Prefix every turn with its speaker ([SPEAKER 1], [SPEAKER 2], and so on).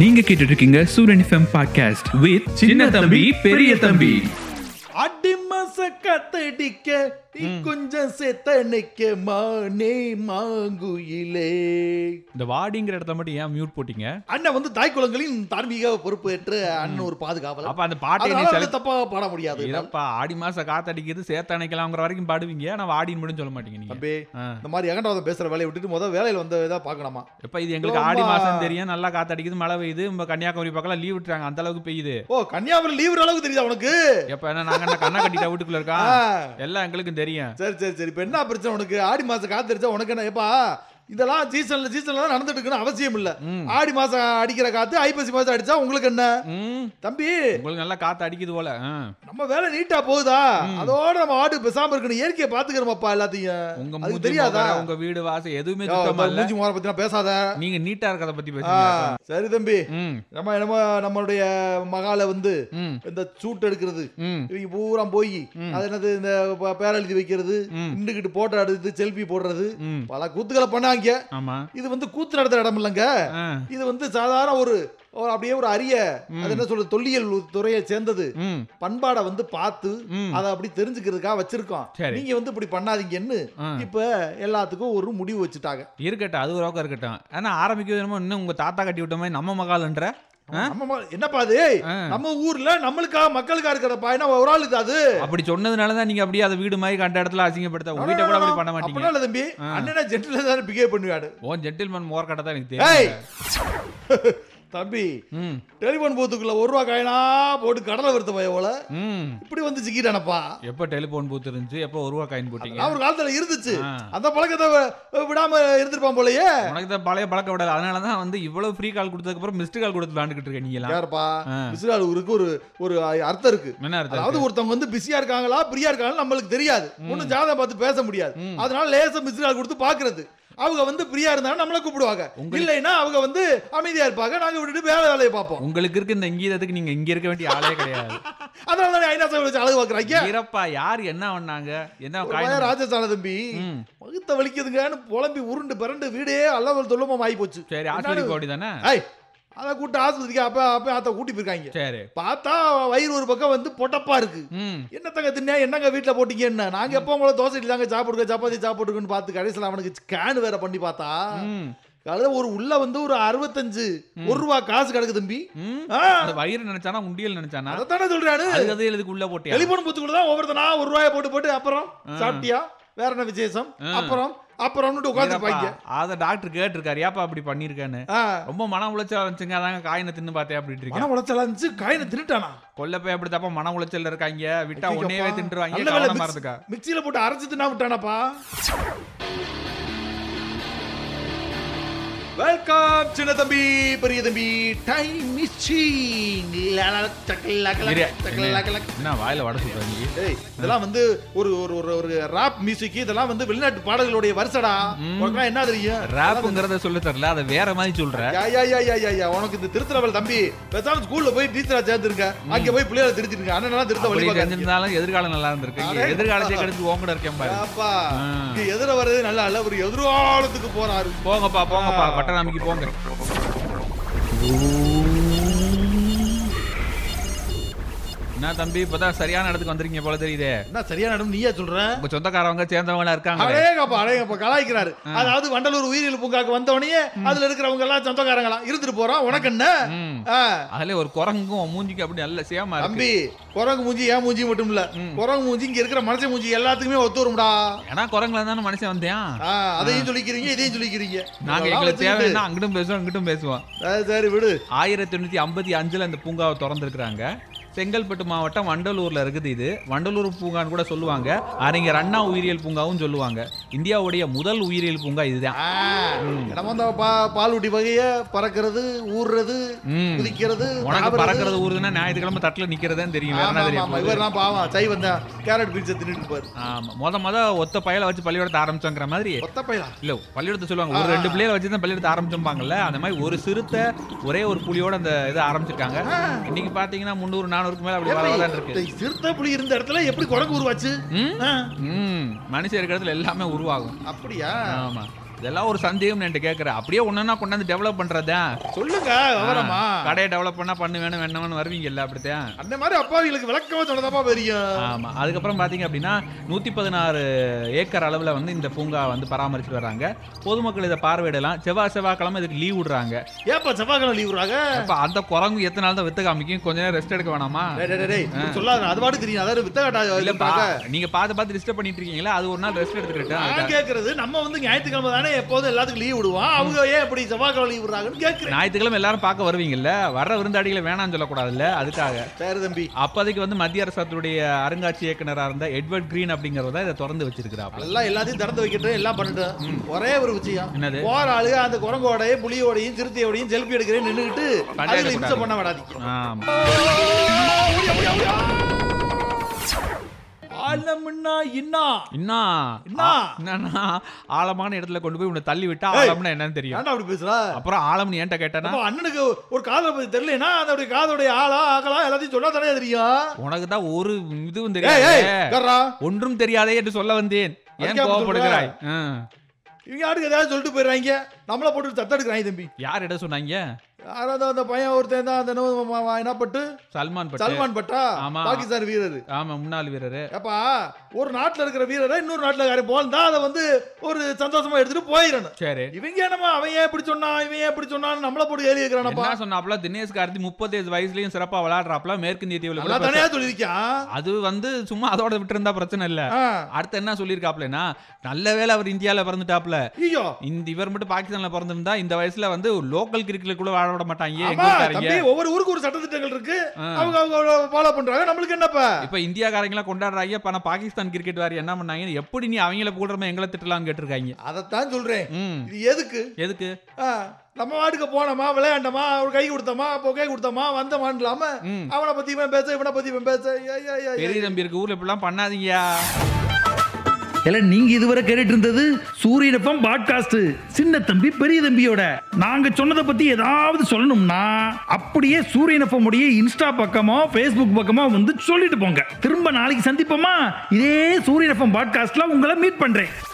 [SPEAKER 1] நீங்க கேட்டுட்டு இருக்கீங்க சூரியன் எஃப்எம் பாட்காஸ்ட் வித் சின்ன தம்பி பெரிய தம்பி
[SPEAKER 2] அடிமசக்கத்தடிக்க நீ கொஞ்சம் செத்தனைக்க மானே மாங்குயிலே
[SPEAKER 3] இந்த வாடிங்கிற இடத்துல மட்டும் ஏன் மியூட் போட்டீங்க
[SPEAKER 2] அண்ணன் வந்து தாய் குலங்களின் தார்மீக பொறுப்பேற்று அண்ணன் ஒரு பாதுகாவலர்
[SPEAKER 3] அப்ப அந்த பாட்டை நீ
[SPEAKER 2] அதனால வந்து
[SPEAKER 3] செலக்ட்
[SPEAKER 2] தப்பா பாட முடியாது
[SPEAKER 3] இதப்பா ஆடி மாசம் காத்தடிக்குது சேத்தனைக்கலாம்ங்கிற வரைக்கும் பாடுவீங்க ஆனா வாடின்னு மட்டும் சொல்ல மாட்டீங்க நீங்க
[SPEAKER 2] தம்பி
[SPEAKER 3] ஆ.
[SPEAKER 2] இந்த மாதிரி அகண்டாவது பேசுற வேலையை விட்டுட்டு முதல் வேலையில வந்த இதா பாக்கணுமா
[SPEAKER 3] எப்ப இது எங்களுக்கு
[SPEAKER 2] ரொம்ப-
[SPEAKER 3] ஆடி மாசம் தெரியும் நல்லா காத்தடிக்குது மழை பெய்யுது நம்ம கன்னியாகுமரி பக்கம் லீவ் விட்டுறாங்க அந்த அளவுக்கு பெய்யுது
[SPEAKER 2] ஓ கன்னியாகுமரி லீவுற அளவுக்கு தெரியுதா உனக்கு
[SPEAKER 3] எப்ப என்ன நாங்க என்ன கண்ணா கட்டிட்டா வீட்டுக்குள்ள இருக்கா
[SPEAKER 2] ஆ.
[SPEAKER 3] எல்லாம் எங்களுக்கும் தெரியும்
[SPEAKER 2] சரி சரி சரி இப்ப என்ன பிரச்சனை உனக்கு ஆடி மாசம் காத்தடிச்சா உனக்கு என்ன ஏப்பா இதெல்லாம் சீசன்ல சீசன்ல தான் நடந்துட்டு இருக்குன்னு அவசியம் இல்ல
[SPEAKER 3] ம்.
[SPEAKER 2] ஆடி மாசம் அடிக்கிற காத்து ஐப்பசி மாசம் அடிச்சா உங்களுக்கு என்ன
[SPEAKER 3] ம்.
[SPEAKER 2] தம்பி
[SPEAKER 3] உங்களுக்கு நல்லா காத்து அடிக்குது போல ஆ.
[SPEAKER 2] நம்ம வேலை நீட்டா போகுதா அதோட நம்ம ஆடு பேசாம இருக்கணும் இயற்கையை பாத்துக்கிறோமாப்பா எல்லாத்தையும்
[SPEAKER 3] உங்க
[SPEAKER 2] அதுக்கு
[SPEAKER 3] மூஞ்சி
[SPEAKER 2] தெரியாதா?
[SPEAKER 3] முகர, உங்க வீடு வாசல் எதுவுமே
[SPEAKER 2] யோ,
[SPEAKER 3] சுத்தமா
[SPEAKER 2] இந்த
[SPEAKER 3] இல்ல
[SPEAKER 2] மூஞ்சி மோர பத்தினா பேசாத
[SPEAKER 3] நீங்க நீட்டா இருக்கிறத பத்தி
[SPEAKER 2] ஆ,
[SPEAKER 3] பேசுங்க
[SPEAKER 2] சரி தம்பி
[SPEAKER 3] ம்
[SPEAKER 2] நம்ம என்னமோ நம்மளுடைய மகால வந்து
[SPEAKER 3] ம்
[SPEAKER 2] இந்த சூட் எடுக்கிறது
[SPEAKER 3] ம்
[SPEAKER 2] இவங்க பூரா போய் அது என்னது இந்த ப- பேரெழுதி வைக்கிறது
[SPEAKER 3] ம்.
[SPEAKER 2] நின்றுகிட்டு போட்டோ எடுத்து செல்ஃபி போடுறது
[SPEAKER 3] ம்
[SPEAKER 2] பல கூத்துக்களை பண்ணாங்க
[SPEAKER 3] ஆமா
[SPEAKER 2] இது வந்து கூத்து நடத்துற இடம் இல்லைங்க
[SPEAKER 3] ஆ.
[SPEAKER 2] இது வந்து சாதாரண ஒரு ஒரு அப்படியே ஒரு அரிய அது என்ன சொல்றது தொல்லியல் துறையை சேர்ந்தது
[SPEAKER 3] ம்
[SPEAKER 2] பண்பாடை வந்து பார்த்து
[SPEAKER 3] ம்
[SPEAKER 2] அதை அப்படி தெரிஞ்சுக்கிறதுக்காக வச்சிருக்கோம்
[SPEAKER 3] சரி.
[SPEAKER 2] நீங்க வந்து இப்படி பண்ணாதீங்கன்னு
[SPEAKER 3] ஆ.
[SPEAKER 2] இப்ப எல்லாத்துக்கும் ஒரு முடிவு வச்சுட்டாங்க
[SPEAKER 3] இருக்கட்டும் அது ஒரு பக்கம் இருக்கட்டும் ஆனா ஆரம்பிக்கிறது என்னமோ இன்னும் உங்க தாத்தா கட்டி விட்ட மாதிரி நம்ம மகாலன்ற ஆ?
[SPEAKER 2] நம்ம மா- என்னப்பா அது
[SPEAKER 3] ஆ.
[SPEAKER 2] நம்ம ஊர்ல நம்மளுக்காக மக்களுக்கா இருக்கிறப்பா என்ன ஒரு ஆள் இது அது
[SPEAKER 3] அப்படி சொன்னதுனால தான் நீங்க அப்படியே அதை வீடு மாதிரி கண்ட இடத்துல அசிங்கப்படுத்த உங்ககிட்ட கூட அப்படி பண்ண மாட்டீங்க
[SPEAKER 2] அப்படிலாம் இல்ல தம்பி அண்ணனா ஜென்டில் தான் பிகேவ் பண்ணுவாரு
[SPEAKER 3] ஓ ஜென்டில்மேன் மோர் கடை தான் எனக்கு தெரியும்
[SPEAKER 2] ஏய் தம்பி
[SPEAKER 3] ம்
[SPEAKER 2] டெலிபோன் போத்துக்குள்ள ஒரு ரூபா காயினா போட்டு கடலை வருத்த போல
[SPEAKER 3] ம்
[SPEAKER 2] இப்படி வந்து சிக்கிட்டானப்பா
[SPEAKER 3] எப்போ டெலிஃபோன் பூத்து இருந்துச்சு எப்போ ஒரு ரூபா காயின் போட்டீங்க
[SPEAKER 2] நான் ஒரு காலத்துல இருந்துச்சு
[SPEAKER 3] ஆ.
[SPEAKER 2] அந்த பழக்கத்தை வி- விடாம இருந்திருப்பான் போலயே
[SPEAKER 3] உனக்கு தான் பழைய பழக்க விடாது அதனால தான் வந்து இவ்வளவு ஃப்ரீ கால் கொடுத்ததுக்கு அப்புறம் மிஸ்டு கால் கொடுத்து விளாண்டுக்கிட்டு இருக்க நீங்களாம்
[SPEAKER 2] யாருப்பா
[SPEAKER 3] ஆ.
[SPEAKER 2] விசிறால் ஊருக்கு ஒரு ஒரு அர்த்தம் இருக்கு
[SPEAKER 3] என்ன அர்த்தம்
[SPEAKER 2] அதாவது
[SPEAKER 3] இருக்கு?
[SPEAKER 2] ஒருத்தவங்க வந்து பிஸியா இருக்காங்களா பிரியா இருக்காங்களா நம்மளுக்கு தெரியாது ஒன்னும் ஜாதகம் பார்த்து பேச முடியாது
[SPEAKER 3] ம்.
[SPEAKER 2] அதனால லேசா மிஸ்ரா கொடுத்து பாக்குறது அவங்க வந்து பிரியா இருந்தாங்க நம்மள கூப்பிடுவாங்க
[SPEAKER 3] உங்களுக்கு-
[SPEAKER 2] இல்லைன்னா அவங்க வந்து அமைதியா இருப்பாங்க நாங்க விட்டுட்டு வேலை வேலையை பார்ப்போம்
[SPEAKER 3] உங்களுக்கு இருக்க இந்த இங்கீதத்துக்கு நீங்க இங்க இருக்க வேண்டிய ஆளே கிடையாது
[SPEAKER 2] அதனால தான் ஐநா சார் வச்சு அழகு பாக்குறாங்க
[SPEAKER 3] வீரப்பா யார் என்ன பண்ணாங்க என்ன
[SPEAKER 2] ஒரு பையன்
[SPEAKER 3] காயின்
[SPEAKER 2] ராஜஸ்தான தம்பி
[SPEAKER 3] ம்.
[SPEAKER 2] வகுத்த வலிக்குதுங்கன்னு புலம்பி உருண்டு பிறண்டு வீடே அல்லவல் தொல்லுமம் ஆகி போச்சு
[SPEAKER 3] சரி ஆஸ்பத்திரி கோடி தானே
[SPEAKER 2] ஐய் அதை கூட்டு ஆஸ்பத்திரிக்கு அப்ப அப்ப அத்தை கூட்டி போயிருக்காங்க
[SPEAKER 3] சரி
[SPEAKER 2] பார்த்தா வயிறு ஒரு பக்கம் வந்து பொட்டப்பா இருக்கு
[SPEAKER 3] ம்
[SPEAKER 2] என்னத்தங்க தின்ன என்னங்க வீட்ல போட்டீங்க என்ன நாங்க எப்போ உங்களை தோசை இல்லாங்க சாப்பிடுங்க சப்பாத்தி சாப்பிடுங்கன்னு பார்த்து கடைசியில் அவனுக்கு ஸ்கேன் வேற பண்ணி பார்த்தா
[SPEAKER 3] ம்
[SPEAKER 2] அதாவது ஒரு உள்ள வந்து ஒரு அறுபத்தஞ்சு ஒரு ரூபா காசு கிடக்கு தம்பி
[SPEAKER 3] ம்
[SPEAKER 2] ஆ,
[SPEAKER 3] அது வயிறு நினைச்சானா உண்டியல் நினைச்சானா
[SPEAKER 2] அதைத்தானே சொல்றாரு
[SPEAKER 3] அது கதை எழுதுக்கு உள்ள போட்டியா
[SPEAKER 2] டெலிபோன் புத்துக்குள்ள தான் ஒவ்வொருத்தனா ஒரு ரூபாயை போட்டு போட்டு அப்புறம் சாப்பிட்டியா வேற என்ன விசேஷம்
[SPEAKER 3] ஆ.
[SPEAKER 2] அப்புறம் அப்புறம்னுட்டு உட்காந்துருப்பாங்க
[SPEAKER 3] வீரப்பா, அத டாக்டர் கேட்டிருக்காரு ஏப்பா அப்படி பண்ணிருக்கான்னு ரொம்ப மன உளைச்சல் இருந்துச்சுங்க அதாங்க காயினை தின்னு பார்த்தேன் அப்படின்ட்டு இருக்கேன்
[SPEAKER 2] மன உளைச்சலா இருந்துச்சு காயினை தின்னுட்டானா
[SPEAKER 3] கொல்ல போய் அப்படி தப்பா மன உளைச்சல்ல இருக்காங்க விட்டா
[SPEAKER 2] ஐயையப்பா.
[SPEAKER 3] ஒன்னேவே தின்றுவாங்க
[SPEAKER 2] நல்ல வேளை
[SPEAKER 3] கவனமா
[SPEAKER 2] மிக்ஸ்-
[SPEAKER 3] இருந்துக்கா
[SPEAKER 2] மிக்ஸியில போட்டு அரைச்சு தின்னா விட்டானப்பா வெல்கம் சின்ன தம்பி பெரிய தம்பி டைம் மிஷின்
[SPEAKER 3] இரு, என்ன வாயில வடை சுடுறாங்க
[SPEAKER 2] இதெல்லாம் வந்து ஒரு ஒரு ஒரு ஒரு ராப் மியூசிக் இதெல்லாம் வந்து வெளிநாட்டு பாடல்களுடைய வருஷடா உனக்கு என்ன தெரியும்
[SPEAKER 3] ராப்புங்கிறத சொல்ல தரல அதை வேற மாதிரி சொல்ற
[SPEAKER 2] யா, யா, யா, யா, யா, யா. உனக்கு இந்த திருத்தலவல் தம்பி பேசாம ஸ்கூல்ல போய் டீச்சரா சேர்ந்துருங்க அங்க போய் பிள்ளைகளை திருத்திருங்க அண்ணனா திருத்த
[SPEAKER 3] அப்படி
[SPEAKER 2] வழி
[SPEAKER 3] செஞ்சிருந்தாலும் எதிர்காலம் நல்லா இருந்திருக்கு இங்க
[SPEAKER 2] அடே.
[SPEAKER 3] எதிர்காலத்தை கெடுத்து உன் கூட இருக்கேன் பாரு
[SPEAKER 2] அப்பா
[SPEAKER 3] ஆ.
[SPEAKER 2] இங்க எதிர வர்றது நல்லா இல்ல ஒரு எதிர்காலத்துக்கு போறாரு
[SPEAKER 3] போங்கப்பா போங்கப்பா பட்டநாமிக்கு போங்க என்ன தம்பி இப்பதான் சரியான இடத்துக்கு வந்திருக்கீங்க போல தெரியுதே
[SPEAKER 2] என்ன சரியா நடும் நீயா சொல்ற
[SPEAKER 3] உங்க சொந்தக்காரவங்க சேர்ந்தவங்களா இருக்காங்க
[SPEAKER 2] அடேங்கப்பா அடேங்கப்பா கலாய்க்கிறாரு அதாவது வண்டலூர் உயிரியல் பூங்காக்கு வந்தவனையே அதுல இருக்கிறவங்க எல்லாம் சொந்தக்காரங்களா இருந்துட்டு போறான் உனக்கு என்ன
[SPEAKER 3] ம்.
[SPEAKER 2] ஆ.
[SPEAKER 3] அதுல ஒரு குரங்குக்கும் உன் மூஞ்சிக்கு அப்படி நல்ல சேமா இருக்கு
[SPEAKER 2] தம்பி குரங்கு மூஞ்சி ஏன் மூஞ்சி மட்டும் இல்ல குரங்கு மூஞ்சி இங்க இருக்கிற மனுஷ மூஞ்சி எல்லாத்துக்குமே ஒத்து வரும்டா
[SPEAKER 3] ஏன்னா குரங்குல தானே மனுஷன் வந்தேன்
[SPEAKER 2] ஆ, அதையும் சொல்லிக்கிறீங்க இதையும் சொல்லிக்கிறீங்க
[SPEAKER 3] நாங்க
[SPEAKER 2] இதெல்லாம்
[SPEAKER 3] எங்களுக்கு
[SPEAKER 2] வச்சுக்கிட்டு-
[SPEAKER 3] தேவைன்னா அங்கிட்டும் பேசுவோம் இங்கிட்டும் பேசுவோம்
[SPEAKER 2] சரி, சரி விடு
[SPEAKER 3] ஆயிரத்தி தொண்ணூத்தி ஐம்பத்தி அஞ்சுல இந்த பூங்காவை திறந்துருக்குறாங்க செங்கல்பட்டு மாவட்டம் வண்டலூர்ல இருக்குது இது வண்டலூர் பூங்கான்னு கூட சொல்லுவாங்க அறிஞர் அண்ணா உயிரியல் பூங்காவும் சொல்லுவாங்க இந்தியாவுடைய முதல் உயிரியல் பூங்கா இதுதான்
[SPEAKER 2] ஆ, நம்ம அந்த பா- பாலூட்டி வகைய பறக்கிறது ஊர்றது
[SPEAKER 3] ம்.
[SPEAKER 2] குதிக்கிறது
[SPEAKER 3] உனக்கு
[SPEAKER 2] தாவுறது.
[SPEAKER 3] பறக்கிறது ஊருதுன்னா ஞாயிற்றுக்கிழமை தட்டுல நிக்கிறதுதான் தெரியும் வேற
[SPEAKER 2] ஆமா,
[SPEAKER 3] என்ன
[SPEAKER 2] ஆமா,
[SPEAKER 3] தெரியும்
[SPEAKER 2] இவரெல்லாம் பாவம் சை வந்தா கேரட் பீட்சை தின்னுட்டு பாரு
[SPEAKER 3] ஆமா மொத மொத ஒத்த பயல வச்சு பள்ளிக்கூடத்தை ஆரம்பிச்சோங்கிற மாதிரி
[SPEAKER 2] ஒத்த பையலா
[SPEAKER 3] இல்ல பள்ளிக்கூடத்தை சொல்லுவாங்க ஒரு ரெண்டு பிள்ளைகளை வச்சு தான் பள்ளிக்கூடத்தை ஆரம்பிச்சிருப்பாங்கல்ல அந்த மாதிரி ஒரு சிறுத்தை ஒரே ஒரு புலியோட அந்த இதை ஆரம்பிச்சிருக்காங்க இன்னைக்கு பாத்தீங்கன்னா முந்நூறு நானூறுக்கு மேல அப்படி வளர்ந்து இருக்கு
[SPEAKER 2] ஏப்பா, சிறுத்தை புலி இருந்த இடத்துல எப்படி குரங்கு உருவாச்சு
[SPEAKER 3] ம்
[SPEAKER 2] ஆ,
[SPEAKER 3] ம் மனுஷன் இருக்கிறதுல எல்லாமே உருவாகும்
[SPEAKER 2] அப்படியா
[SPEAKER 3] ஆமா இதெல்லாம் ஒரு சந்தேகம் என்கிட்ட கேட்குறேன் அப்படியே ஒன்னா கொண்டாந்து டெவலப் பண்றதா
[SPEAKER 2] சொல்லுங்க விவரமா
[SPEAKER 3] கடையை டெவலப் பண்ணா பண்ணு வேணும் வேணும்னு வருவீங்கல்ல அப்படித்தான்
[SPEAKER 2] அந்த மாதிரி அப்பாவிகளுக்கு விளக்கமா சொன்னதாப்பா தெரியும்
[SPEAKER 3] ஆமா அதுக்கப்புறம் பாத்தீங்க அப்படின்னா நூத்தி பதினாறு ஏக்கர் அளவுல வந்து இந்த பூங்கா வந்து பராமரிச்சுட்டு வராங்க பொதுமக்கள் இதை பார்வையிடலாம் செவ்வாய் செவ்வாய்க்கிழமை இதுக்கு லீவ் விடுறாங்க
[SPEAKER 2] ஏப்பா செவ்வாய்க்கிழமை லீவ் விடுறாங்க
[SPEAKER 3] அப்ப அந்த குரங்கு எத்தனை நாள் தான் வித்து காமிக்கும் கொஞ்ச நேரம் ரெஸ்ட் எடுக்க வேணாமா
[SPEAKER 2] டேய், டேய், டேய், டேய், சொல்லாத அது பாட்டு தெரியும் அதாவது வித்தகாட்டா
[SPEAKER 3] இல்லப்பா நீங்க பார்த்து பார்த்து டிஸ்டர்ப் பண்ணிட்டு இருக்கீங்களா அது ஒரு நாள் ரெஸ்ட்
[SPEAKER 2] நான்
[SPEAKER 3] எடுத்துக்கிட்டேன்
[SPEAKER 2] கேக்குறது நம்ம வந்து ஞாயிற்றுக்கிழமை தானே எப்போதும் எல்லாத்துக்கும் லீவ் விடுவோம் அவங்க ஏன் இப்படி செவ்வாய்க்கிழமை லீவ் விடுறாங்கன்னு கேக்குறேன்
[SPEAKER 3] ஞாயிற்றுக்கிழமை எல்லாரும் பார்க்க வருவீங்கல்ல வர்ற விருந்தாடிகளை வேணாம்னு சொல்லக்கூடாதுல்ல அதுக்காக
[SPEAKER 2] சரி தம்பி
[SPEAKER 3] அப்போதைக்கு வந்து மத்திய அரசாத்துடைய அருங்காட்சி இயக்குனரா இருந்த எட்வர்ட் கிரீன் அப்படிங்கறத இதை திறந்து வச்சிருக்கிறாப்ல
[SPEAKER 2] நல்லா எல்லாத்தையும் திறந்து வைக்கட்டும் எல்லாம் பண்ணட்டும் ஒரே ஒரு விஷயம்
[SPEAKER 3] என்னது
[SPEAKER 2] போற ஆளுக அந்த குரங்கோடையும் புலியோடையும் சிறுத்தையோடையும் செல்ஃபி எடுக்கிறேன் நின்றுக்கிட்டு
[SPEAKER 3] பண்டைய
[SPEAKER 2] அதுல இம்சம்
[SPEAKER 3] கூடாது.
[SPEAKER 2] பண்ண விடாதீங்க
[SPEAKER 3] ஆமா
[SPEAKER 2] ஆலம்னா என்ன
[SPEAKER 3] என்ன
[SPEAKER 2] என்ன?
[SPEAKER 3] ஆ- என்னன்னா ஆழமான இடத்துல கொண்டு போய் உன்னை தள்ளி விட்டா
[SPEAKER 2] ஏய்.
[SPEAKER 3] ஆழம்னா என்னன்னு தெரியும்
[SPEAKER 2] ஏன்டா அப்படி பேசுறா
[SPEAKER 3] அப்புறம் ஆழம்னு ஏன்ட்ட கேட்டேன்னா
[SPEAKER 2] அப்ப அண்ணனுக்கு ஒரு காதலை பத்தி தெரியலனா அதோட காதோடைய ஆளா ஆகலா எல்லாத்தையும் சொன்னா தானே தெரியும்
[SPEAKER 3] உனக்கு தான் ஒரு இதுவும்
[SPEAKER 2] ஏய் ஏய்
[SPEAKER 3] தெரியாது
[SPEAKER 2] கர்றா
[SPEAKER 3] ஒன்றும் தெரியாதே என்று சொல்ல வந்தேன் ஏன்
[SPEAKER 2] அதுக்கே அப்படி
[SPEAKER 3] கோவப்படுகிறாய் ஆ.
[SPEAKER 2] இவங்க யாருக்கு ஏதாவது சொல்லிட்டு போயிடுறாங்க நம்மள போட்டு தத்த எடுக்கிறாங்க தம்பி
[SPEAKER 3] யார் இடம் சொன்னாங்க
[SPEAKER 2] யாராவது அந்த பையன் ஒருத்தன் தான் அந்த என்னவோ ம- ம- என்ன பட்டு
[SPEAKER 3] சல்மான் பட்டு
[SPEAKER 2] சல்மான் பட்டா
[SPEAKER 3] ஆமா.
[SPEAKER 2] பாகிஸ்தான் வீரர்
[SPEAKER 3] ஆமா முன்னாள் வீரரு
[SPEAKER 2] ஏப்பா ஒரு நாட்டுல இருக்கிற வீரரை இன்னொரு நாட்டுல காரை போல் தான் அதை வந்து ஒரு சந்தோஷமா எடுத்துட்டு போயிடணும்
[SPEAKER 3] சரி
[SPEAKER 2] இவங்க என்னமா அவன் ஏன் இப்படி சொன்னான் இவன் ஏன் இப்படி சொன்னான்னு நம்மள போட்டு ஏறி இருக்கிறானப்பா
[SPEAKER 3] என்ன சொன்னாப்ல தினேஷ் கார்த்தி முப்பத்தேழு வயசுலயும் சிறப்பா விளையாடுறாப்ல மேற்கிந்திய தீவுல
[SPEAKER 2] நல்லா
[SPEAKER 3] கூட
[SPEAKER 2] தனியா சொல்லியிருக்கான்
[SPEAKER 3] அது வந்து சும்மா அதோட விட்டு இருந்தா பிரச்சனை இல்ல
[SPEAKER 2] ஆ.
[SPEAKER 3] அடுத்து என்ன சொல்லியிருக்காப்லனா நல்ல வேளை அவர் இந்தியால பிறந்துட்டாப்ல
[SPEAKER 2] ஐயோ
[SPEAKER 3] இந்த இவர் மட்டும் பாகிஸ்தான்ல பிறந்திருந்தா இந்த வயசுல வந்து லோக்கல் கிரிக்கெட்ல கூட வாழ விட மாட்டாங்க
[SPEAKER 2] ஆமா
[SPEAKER 3] எங்கக்காரங்க
[SPEAKER 2] தம்பி ஒவ்வொரு ஊருக்கு ஒரு சட்டத்திட்டங்கள் இருக்கு
[SPEAKER 3] ஆ.
[SPEAKER 2] அவங்க அவங்க ஃபாலோ பண்றாங்க நம்மளுக்கு என்னப்பா
[SPEAKER 3] இப்ப இந்தியாக்காரங்க எல்லாம் கொண்டாடுறாங்க இப்ப ஆனா பாகிஸ்தான் கிரிக்கெட் வேற என்ன பண்ணாங்க எப்படி நீ அவங்கள போடுறமே எங்களை திட்டலாம் கேட்டிருக்காங்க
[SPEAKER 2] அதைத்தான் சொல்றேன்
[SPEAKER 3] ம்
[SPEAKER 2] இது எதுக்கு
[SPEAKER 3] எதுக்கு
[SPEAKER 2] ஆ, நம்ம வாட்டுக்கு போனோமா விளையாண்டோமா ஒரு கை கொடுத்தோமா பொக்கை கொடுத்தோமா வந்தோமான்னு இல்லாம
[SPEAKER 3] ம்
[SPEAKER 2] அவனை பத்தி இவன் பேச இவனை பத்தி இவன் பேச ஐயா, ஐயா, ஐயா, ஐயா.
[SPEAKER 3] பெரிய தம்பி இருக்கு ஊர்ல இப்படிலாம் பண்ணாதீங்க
[SPEAKER 1] இல்ல நீங்க இதுவரை கேட்டுட்டு இருந்தது சூரியன் எஃப்எம் பாட்காஸ்ட் சின்ன தம்பி பெரிய தம்பியோட நாங்க சொன்னதை பத்தி ஏதாவது சொல்லணும்னா அப்படியே சூரியன் எஃப்எம் உடைய இன்ஸ்டா பக்கமோ ஃபேஸ்புக் பக்கமோ வந்து சொல்லிட்டு போங்க திரும்ப நாளைக்கு சந்திப்போமா இதே சூரியன் எஃப்எம் பாட்காஸ்ட்ல உங்களை மீட் பண்றேன்